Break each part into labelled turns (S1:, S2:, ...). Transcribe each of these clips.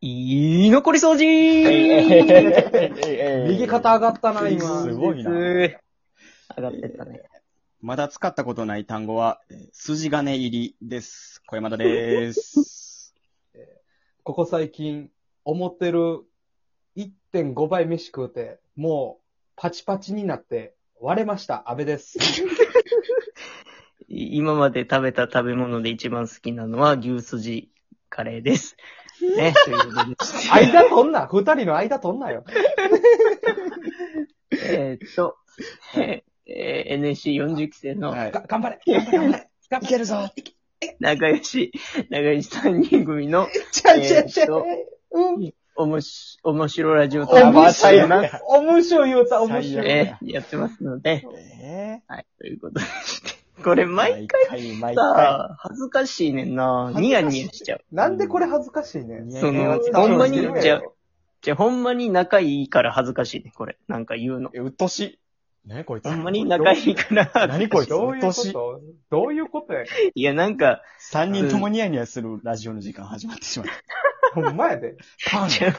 S1: 居残り掃除
S2: 右
S3: 右
S2: 肩上がったな、今。
S3: すごいな。
S4: 上がってったね。
S3: まだ使ったことない単語は、えー筋金入りです。小山 田です。
S2: ここ最近、思ってる1.5倍飯食うて、もう、パチパチになって、割れました、安倍です。
S1: 今まで食べた食べ物で一番好きなのは牛すじカレーです。ね、ということで
S2: 間取んな、二人の間取んなよ。
S1: えーっと、えー NSC40 期生の
S3: はい
S2: が頑張れ頑張れ頑張れ頑張れ
S3: けるぞ
S1: 仲良し、仲良し3人組の
S2: ちゃいちゃいちゃい
S1: えーっと
S2: うん。
S1: おもし、おもしろラジオと
S3: や
S2: お
S3: ば
S2: も
S3: い
S2: しろい
S3: 最
S2: な。おもしろい言うた、おもしろい。
S1: えーやってますので、
S3: え
S1: はい、ということでして、これ
S3: ー
S1: 毎回
S3: 回、毎回。
S1: さ、恥ずかしいねんな。ニヤニヤしちゃう。
S2: なんでこれ恥ずかしいね。
S1: その
S2: ほ
S1: ほん
S2: んま
S1: ま
S2: に
S1: に、
S2: じ
S1: じ
S2: ゃ
S1: ゃ
S2: あ
S1: あ、じゃあ、ほんまに仲いいから恥ずかしいね、これ。なんか言うの。
S3: え、うっとうしい。ねこいつ。
S1: ほんまに仲いいから。
S3: 何こいつ、
S2: ど
S3: う
S2: う
S3: っ
S2: いう
S3: と
S2: こ
S3: うしい。
S2: とどういうことやね
S1: いや、なんか、
S3: 三人ともニヤニヤするラジオの時間始まってしまった。
S2: んほんまやで。
S3: パン
S1: じゃ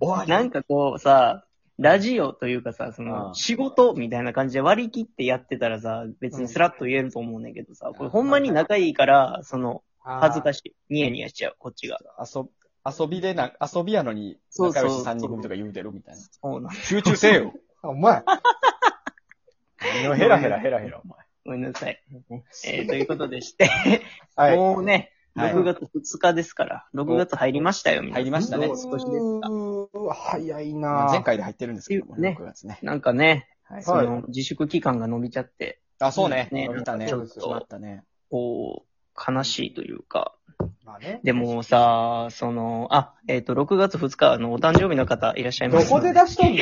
S3: 終わり
S1: なんかこうさ、ラジオというかさ、そ
S3: ああ
S1: の、仕事みたいな感じで割り切ってやってたらさ、別にスラッと言えると思うねんだけどさ、これほんまに仲いいから、その、恥ずか
S2: しい。
S1: しい。ニヤニヤしちゃう、こっちが。
S3: 遊遊びでな、遊びやのに、
S1: そうそ
S3: 仲
S1: う
S3: 良し三人組とか言うてるみたいな。
S1: そうなん
S3: 集中せよ
S2: お前、
S3: 何をヘラヘラヘラヘラ、お前。
S1: ごめんなさい。えーということでして、
S2: はい。
S1: もうね、
S3: はい
S1: 6月2日ですから、6月入りましたよ、みんな
S3: 入りましたね
S1: もう少しですか。
S2: うー早い
S3: ま
S2: な
S3: あ
S2: ぁ
S3: 前回で入ってるんですけども、
S1: ね
S3: 6月ね。
S1: なんかね、
S3: はい
S1: その、自粛期間が伸びちゃって、
S3: あ、そうね。
S1: ね
S3: 伸びたね。
S2: ちょっと
S3: しまったね。
S1: こう、悲しいというか。
S2: まあね。
S1: でもさ、その、あ、えっ、と、6月2日、あの、お誕生日の方いらっしゃいま
S2: ど
S1: す
S2: こで出しとんの
S3: い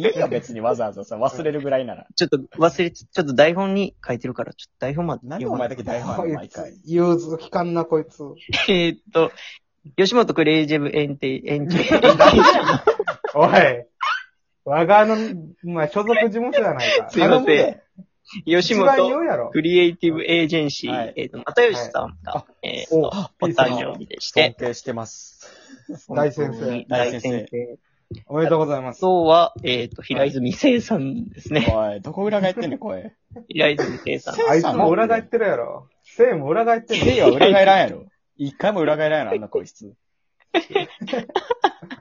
S3: いよ、別にわざわざさ、忘れるぐらいなら。
S1: ちょっと忘れて、ちょっと台本に書いてるから、ちょっと台本まで
S3: なんで
S1: 読
S3: お
S1: まな
S3: 前
S1: い
S3: だけ台本ある毎回。
S2: 融通きかんな、こいつ。お
S1: えーっと、吉本クレイジェブエンテ、エンテ、
S2: い。我がの、まあ、所属事務所じゃないか。
S1: すいま
S3: 頼む
S1: せん。
S3: で
S1: 吉
S2: 一番言
S1: 本
S2: うやろ。
S1: クリエイティブエージェンシー、
S3: はい
S1: えーっと、又吉さんが、えーっと、
S2: お
S3: あ
S1: お誕生日でして
S3: 尊、敬してます。
S2: 大先生。
S1: 大
S3: 大
S1: 先
S3: 先生
S1: 生。
S2: おめでとうございます。
S1: そうは、えっ、と、平泉聖さんですね。
S3: おい、どこ裏返ってんねん、声。
S1: 平泉聖さん。
S2: あいつも裏返ってるやろ。せいも裏返っ て
S3: せい
S2: る。
S3: は裏返らんやろ。一回も裏返らんやろ、あんなこいつ。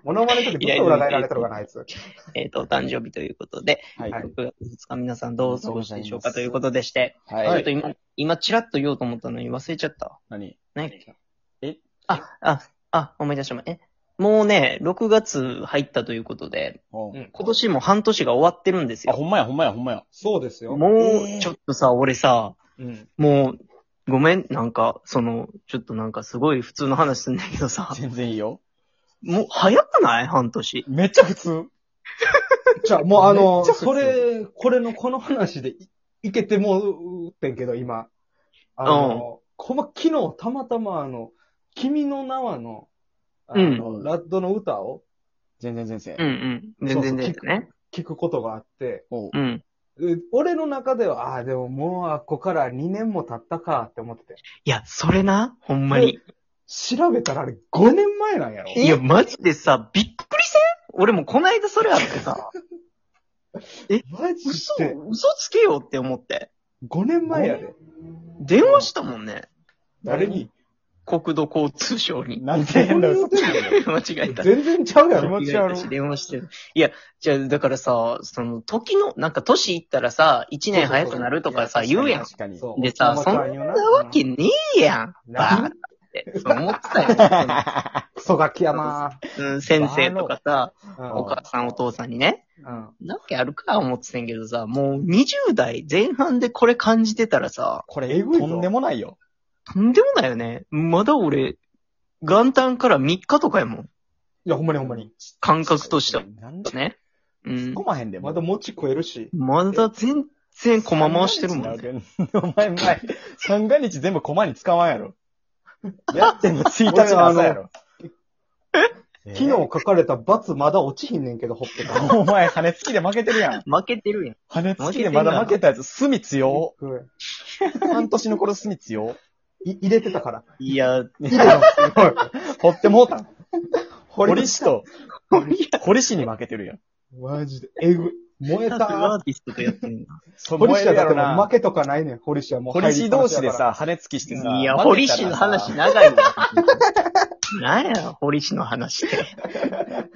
S2: モノマネの時ずっと裏返られてるからな、あいつ。
S1: えっ、と、お誕生日ということで、
S3: はい。
S2: はい
S1: 6月2日皆さんどうお過ごしでしょうかということでして、ちょ
S3: は
S1: っと
S3: い。
S1: 今、今チラッと言おうと思ったのに忘れちゃったわ。
S3: 何
S1: 何やっけ
S3: え
S1: あ、あ、あ、思い出しました。え、もうね、6月入ったということで、
S3: うん
S2: うん
S1: 今年も半年が終わってるんです
S3: あ、
S1: よ。
S3: ほんまや、ほんまや、ほんまや。
S2: そうですよ。
S1: も
S3: えー
S1: う、ちょっとさ、俺さ、
S2: うん。
S1: もう、ごめん、なんか、その、ちょっとなんかすごい普通の話すんだけどさ、
S3: 全然いいよ。
S1: もう早くない半年。
S3: めっちゃ普通。
S2: じゃあ、もうあの、
S3: めっちゃ普通
S2: それ、これの、この話でいいけてもうってんけど、今。あの、この昨日、たまたまあの、君の名はの、あの、
S3: うん
S2: ラッドの歌を
S3: 全然全然。
S1: うんうん。全然ですね。
S2: 聞くことがあって、
S3: おう
S1: うん。
S2: え俺の中では、ああ、でももうあっこから2年も経ったかって思ってて。
S1: いや、それな、ほんまに。
S2: 調べたらあれ5年前なんやろ
S1: いや、マジでさ、びっくりせん俺もこないだそれあってさ、
S2: マジ
S1: 嘘
S2: で、
S1: 嘘つけよって思って。
S2: 5年前やで。
S1: 電話したもんね。
S2: 誰に
S1: 国土交通省に。
S3: なんて変な嘘つ
S2: 何言うてんの
S1: 間違えた。
S2: 全然ちゃうや
S3: 気
S2: ろ。
S3: 持ち悪い
S1: 私電話してる。いや、じゃあ、だからさ、その、時の、なんか、年いったらさ、一年早くなるとかさ、言うやん。
S3: 確かに。
S2: そ
S1: でさ
S2: お前言うな
S1: そんなわけねえやん。
S2: うん
S1: バーって。そう思って たよ。
S2: クソガキ山。
S1: うん、先生とかさ、
S2: う
S1: お母さんお父さんにね、
S2: うん。
S1: なわけあるか思ってたんやけどさ、もう20代前半でこれ感じてたらさ、
S3: こ
S2: え
S3: れ、
S2: ぐい
S3: と
S2: ぞ
S3: んでもないよ。
S1: とんでもないよね。まだ俺、元旦から3日とかやもん。
S2: いや、ほんまにほんまに。
S1: 感覚としては。
S3: なんで
S1: ね。うん。
S3: こまへんで、も
S2: ま
S3: う
S2: だ餅食えるし。
S1: まだ全然コマ回してるもん、ね。
S3: ね。お前、前、三が日全部コマに使わんやろ。やっても1日の朝やろ。え
S2: 昨日書かれた罰まだ落ちひんねんけど、ほっぺ た。
S3: お前、羽根付きで負けてるやん。
S1: 負けてるやん。
S3: 羽根付きでまだ負けたやつ、隅強。
S2: うん
S3: 半年の頃隅強。
S2: い入れてたから。
S1: いや、
S2: 入れた。
S3: 掘ってもうたん。堀市と、
S1: 堀や、
S3: 堀市に負けてるやん。
S2: マジで、えぐい。燃え
S1: ア
S2: た。
S1: ーティストとやってんだ。
S3: そう
S2: 堀
S3: 燃え
S2: 下
S3: るや
S2: だっ
S3: ろ
S2: てもう
S3: な
S2: 負。けとかないねん、堀下もう。
S3: 堀市同士で
S2: 入りっぱなしだか
S3: さ、
S2: ら。
S3: 羽根つきしてさ。
S1: いや、
S3: 負けたらさ
S1: 堀市の話。長いわ。なんや、堀市の話って。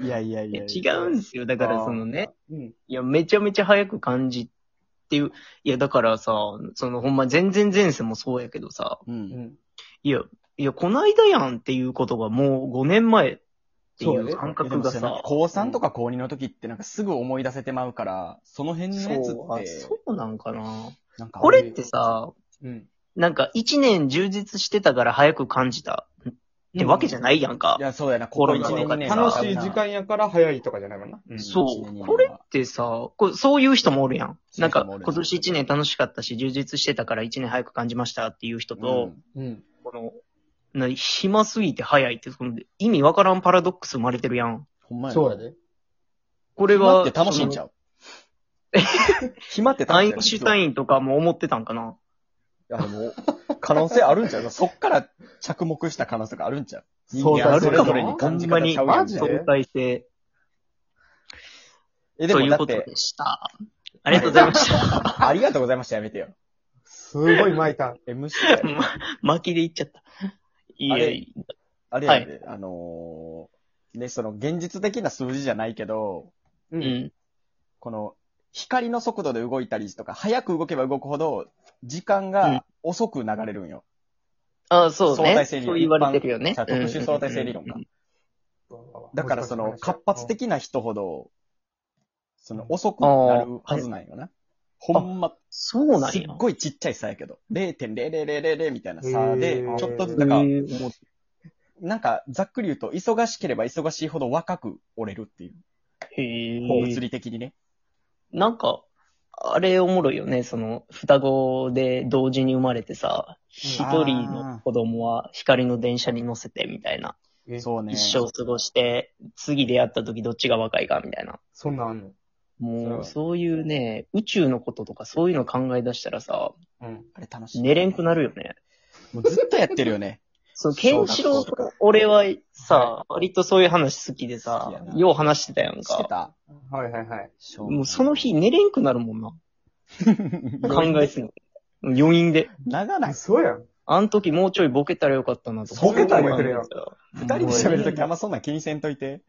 S3: いやいやい
S1: いや
S3: や。
S1: 違うんですよ。だからそのね、
S2: うん。
S1: いや、めちゃめちゃ早く感じっていう、いや、だからさ、そのほんま全然前世もそうやけどさ、
S3: う。
S2: うんん。
S1: いや、いや、こないだやんっていうことがもう5年前ってい
S2: そうや
S1: う
S2: で
S1: 感
S3: いやで
S1: 覚
S3: も
S1: が
S3: さ
S1: さ、
S3: 高3とか高2の時ってなんかすぐ思い出せてまうから、その辺のやつ
S1: そう、あ
S3: って、
S1: そうなんかな。
S3: なんかあん
S1: こ
S3: ま
S1: れ
S3: り、
S1: ってさ、
S2: うん。
S1: なんか一年充実してたから早く感じたってわけじゃないやんか
S3: い。や、そうやな、
S1: コ
S3: ここ
S1: ロ
S3: 1
S1: ナ
S3: 年
S1: とか
S3: 2年は
S2: 楽しい時間やから早いとかじゃないもんな。うん
S1: そ
S3: 一年に
S1: う。
S3: は
S1: これってさ、こうそういう人もおるやん。
S3: そ
S1: な
S3: ういうん人
S1: か、
S3: もおる
S1: 今年一年楽しかったし、充実してたから一年早く感じましたっていう人と、
S2: うん。
S1: この、な暇すぎて早いって、その意味わからんパラドックス生まれてるやん。
S3: ほんまやな。
S2: そうやで。
S1: これ
S3: 暇
S1: は
S3: っ、て楽しいんちゃう暇って
S1: そのア
S3: 楽しいん
S1: イ
S3: ちゃう
S1: ンシュタインとかも思ってたんかな。
S3: いや、でも、可能性あるんちゃうそっから着目した可能性があるんちゃう
S2: そう
S1: だね
S3: 人間それぞれに
S1: ほ
S3: 感じ
S1: ん
S3: 方
S1: ま
S3: ち
S1: に、
S3: ゃうやん
S2: マジ
S1: 相
S2: で
S1: 対性
S3: え、で
S1: と
S3: も
S1: い
S3: だ
S1: う
S3: っ
S1: こと
S3: て、
S1: でした。ありがとうございました。
S3: ありがとうございました、やめてよ。
S2: すごい巻いた。
S3: MC やで
S1: ま巻きで言っちゃった。い
S3: あ
S1: え
S3: れ、あれやで、あのー、で、その、現実的な数字じゃないけど、
S2: う
S1: う。ん。
S3: この、光の速度で動いたりとか、早く動けば動くほど、時間が遅く流れるんよ。
S1: ああ、そう
S3: 相対
S1: ね。
S3: 性
S1: そう
S3: 理論
S1: 言われてるよ
S3: 一
S1: ね
S3: 般。さ特殊相対性理論か
S1: うんうん
S3: だからその、活発的な人ほど、その、遅くなるはずなんよな。ほんま、
S1: そうなん
S3: すっ
S1: や。
S3: ごいちっちゃい差やけど、0.0000みたいな
S2: へ
S3: 差
S2: ー
S3: で、ちょっとずつ、
S1: え
S3: だから、
S1: ーもう
S3: なんか、ざっくり言うと、忙しければ忙しいほど若く折れるっていう。
S1: へー
S3: 物理的にね。
S1: なんか、あれおもろいよね。その、双子で同時に生まれてさ、一人の子供は光の電車に乗せてみたいな。
S2: え
S3: そうね。
S1: 一生過ごして、次出会った時どっちが若いかみたいな。
S2: そんなんあんの
S1: も、
S2: そうう
S1: そういうね、宇宙のこととかそういうの考え出したらさ、
S2: うん。
S3: あれ楽しい。
S1: 寝れんくなるよね。
S3: もうずっとやってるよね。
S1: そう、ケンシロウと俺はさ、割とそういう話好きで
S3: 好きや
S1: さ、
S3: な
S1: よう話してたやん
S3: して
S1: か。
S3: た。
S2: はいはいはい。
S1: もうその 日寝れんくなるもんな。考えすぎて。余韻で。
S3: 長ない。
S2: 嘘やん。
S1: あん時もうちょいボケたらよかったなと。
S2: ボケたらよかったよ
S3: 二人で喋るときあんまそんなん気にせんといて。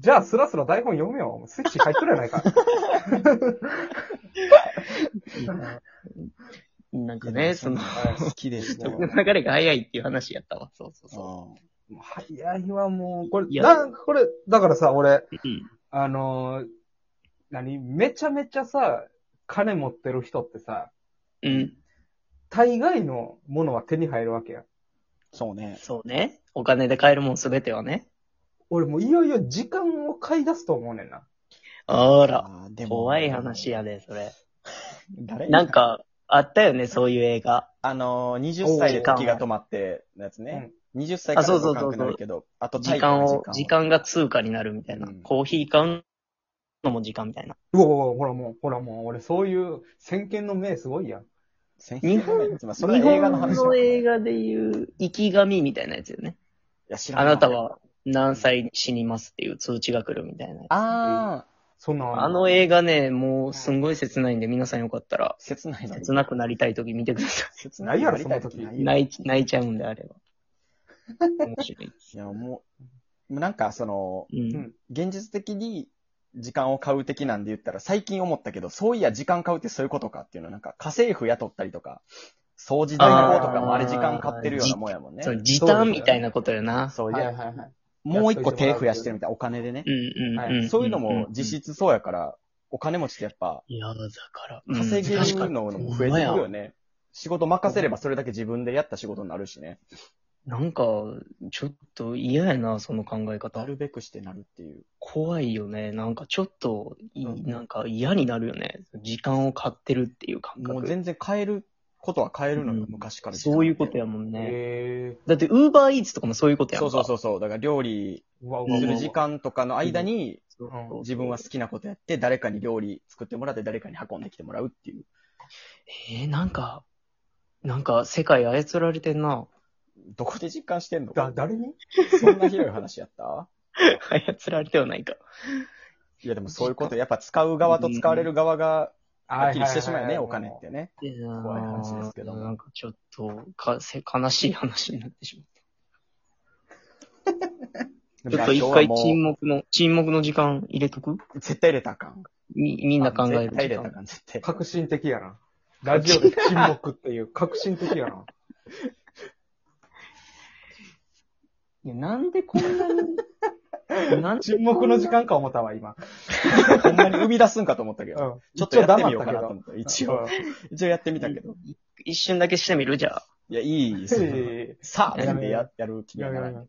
S2: じゃあ、スラスラ台本読めよ。スイッチ入っとるやない か。
S1: なんかね、その、
S3: 好きで した。うん
S1: 流れが早いっていう話やったわ。そうそうそう。
S2: もう早いわ、もう。こ
S1: い
S2: れ、
S1: や
S2: なんこれ、だからさ、俺、
S1: うん
S2: あのー、何めちゃめちゃさ、金持ってる人ってさ、
S1: うん。
S2: 大概のものは手に入るわけや。
S3: そうね。
S1: そうね。お金で買えるもんすべてはね。
S2: 俺もういよいよ時間を買い出すと思うねんな。
S1: あら、
S3: あー、で
S1: 怖い話。やで、それ。
S3: 誰
S1: なん、か、あったよね、そういう映画。
S3: あのー、20歳で時が止まって、のやつね。20歳から
S1: あそうそうそうそう
S3: 若くなるけど、あと
S1: 時間を、時間が通貨になるみたいな。
S3: うん
S1: コーヒー買うのも時間みたいな。
S2: うわうわうわほらもう、ほらもう、俺そういう先見の明すごいやん。
S3: 日本、まあそれは映画の話
S1: 日
S3: だ
S1: 本の
S3: もんね
S1: 映画でいう、生き神みたいなやつよね。
S3: いや、知ら
S1: あ
S3: ん
S1: なた。は何歳に死にますっていう通知が来るみたいな。
S3: ああ、
S2: そんなん
S1: あの映画ね、もうすんごい切ないんで、皆さんよかったら、
S3: 切ないな。
S1: 切なくなりたい時見てくださ
S3: 切
S2: ないやろその時
S1: い。
S3: ない
S1: 泣い泣いちゃうんであれば。面白い。
S3: いや、もう、もうなんか、その、
S1: うん。
S2: うん
S3: 現実的に時間を買う的なんで言ったら、最近思ったけど、そういや、時間買うってそういうことかっていうのは、なんか、家政婦雇ったりとか、掃除代行とかもあれ時間買ってるようなもんやもんね
S1: そ。の時短みたいなことよな。
S3: そう、い
S2: はいはい
S3: や、
S2: はい。
S3: もう一個手増やしてるみたいな、お金でね
S1: う。んうんうん、
S2: は
S3: そういうのも実
S1: 質。
S3: 質そうやから、お金持ちってやっぱ、
S1: いや、だから、うん
S3: 稼げ
S1: 確か
S3: る
S1: に
S3: のも増えてくるよね。仕事任せればそれだけ自分でやった仕事になるしね。
S1: なんか、ちょっと嫌やな、その考え
S3: な
S1: 方。
S3: るべくしてなるっていう。
S1: 怖いよね。なんかちょっとい、
S3: うん
S1: なんか嫌になるよね。時間を買ってるっていう感
S3: もう
S1: 覚。
S3: 全然変えることは変えるの
S1: う
S3: よ、
S1: ん
S3: 昔から。
S1: そういうことやもんね。
S2: え
S1: だって、ウーバーイーツとかもそういうことやん
S3: そ
S1: か。
S3: うそうそうそう。だから料理
S2: ー、うわうわうわ
S3: す
S2: うわ
S3: る時間とかの間に、
S1: そう
S2: うん
S1: そう
S3: 自分は好きなことやって、誰かに料理作ってもらって、誰かに運んできてもらうっていう。
S1: えー、なんか、なんか世界操られてんな。
S3: どこで実感してんの
S2: だ、誰に
S3: そんな広い話やった
S1: 操られてはないか。
S3: いやでもそういうこと、やっぱ使う側と使われる側が、はっきりしてしまうよね、お金っ
S2: って。
S3: てね。
S1: いやー
S3: 怖い話ですけども
S1: なんかちょっと、か、せ、悲しい話になってしまった。ち ょっと一回沈
S3: も
S1: 黙の、沈黙の時間入れとく
S3: う絶対入れたらあかん。
S1: み、みんな考える
S3: 絶対
S1: 時
S3: 入れたらあ
S1: 間。
S3: かん、絶対。
S2: 革新的やな。ラジオで沈黙っていう、革新的やな。
S1: いや、なんでこんなに、 なんで
S2: 沈黙の時間か思ったわ、今。
S3: ほんまに生み出すんかと思ったけど。
S2: うん。
S3: ちょっとやってみようかなと思った。一
S2: 一
S3: 応、
S2: 応
S3: 一応やってみたけど。
S1: 一瞬だけしてみるじゃあ。
S3: いや、いい、そんな
S2: え
S3: さあ、
S1: や
S3: や
S2: めよう
S3: ややる気にはなら
S2: やめ
S3: ない。
S2: よ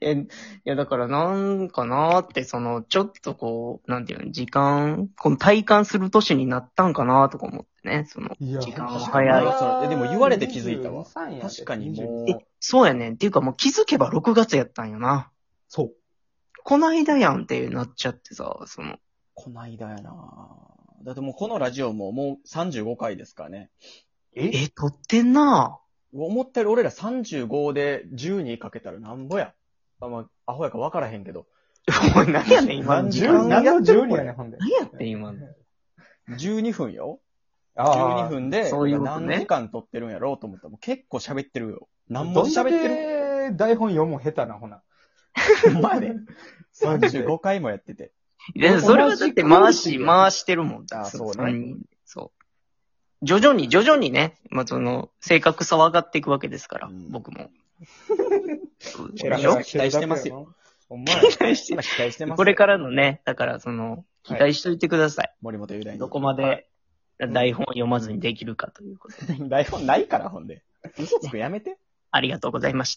S1: え、いや、だからなんかなーって、その、ちょっとこう、なんていうの、時間、この体感する年になったんかなーとか思ってね、その、
S2: ーいや
S1: 時間は早い
S3: 確かにえでも言われて気づいたわ確かにもう、
S1: そうやねん。っていうかもう気づけば6月やったんよな。
S2: そう。
S1: こないだやんってなっちゃってさ、その、
S3: こないだやなだってもうこのラジオももう35回ですからね。
S2: え
S1: え、撮ってん な
S3: 思ったより俺ら35で12かけたらなんぼや。あ、まあ、アホやか分からへんけど。
S1: ぁおい、何やねん、今の時間。何
S3: 何
S2: 何
S3: や
S2: の
S3: ってる
S2: 12
S3: これ
S2: やね、ほんで。
S1: やってん今の。
S3: 12分よ。
S2: あ
S3: 12
S2: ー
S3: 分で、
S1: そういうことね
S3: 何時間撮ってるんやろうと思ったら、もう結構喋ってるよ。何
S2: ど
S3: 文
S2: ん
S3: 字喋
S2: だ
S3: ってる
S2: け台本読むん下手な、ほな。
S3: ほん まで。35回もやってて。
S1: いや、それはだって回し、回してるもん。
S3: あそうね
S1: 三人そう。徐々に、徐々にね、まあ、その、正確さは上がっていくわけですから、
S3: うん
S1: 僕 も。そう
S3: 偉
S1: で
S3: い
S1: しょ
S3: 期待してますよ。
S2: ほんまや。
S1: 期待し
S3: そんな期待して
S1: て
S3: ます。
S1: これからのね、だからその、期待しといてください。
S3: 森本雄大に
S1: どこま
S2: は
S1: で台本を読まずにできるかということで。
S3: 台本ないから、ほんで。嘘つくやめて。
S1: ありがとうございました。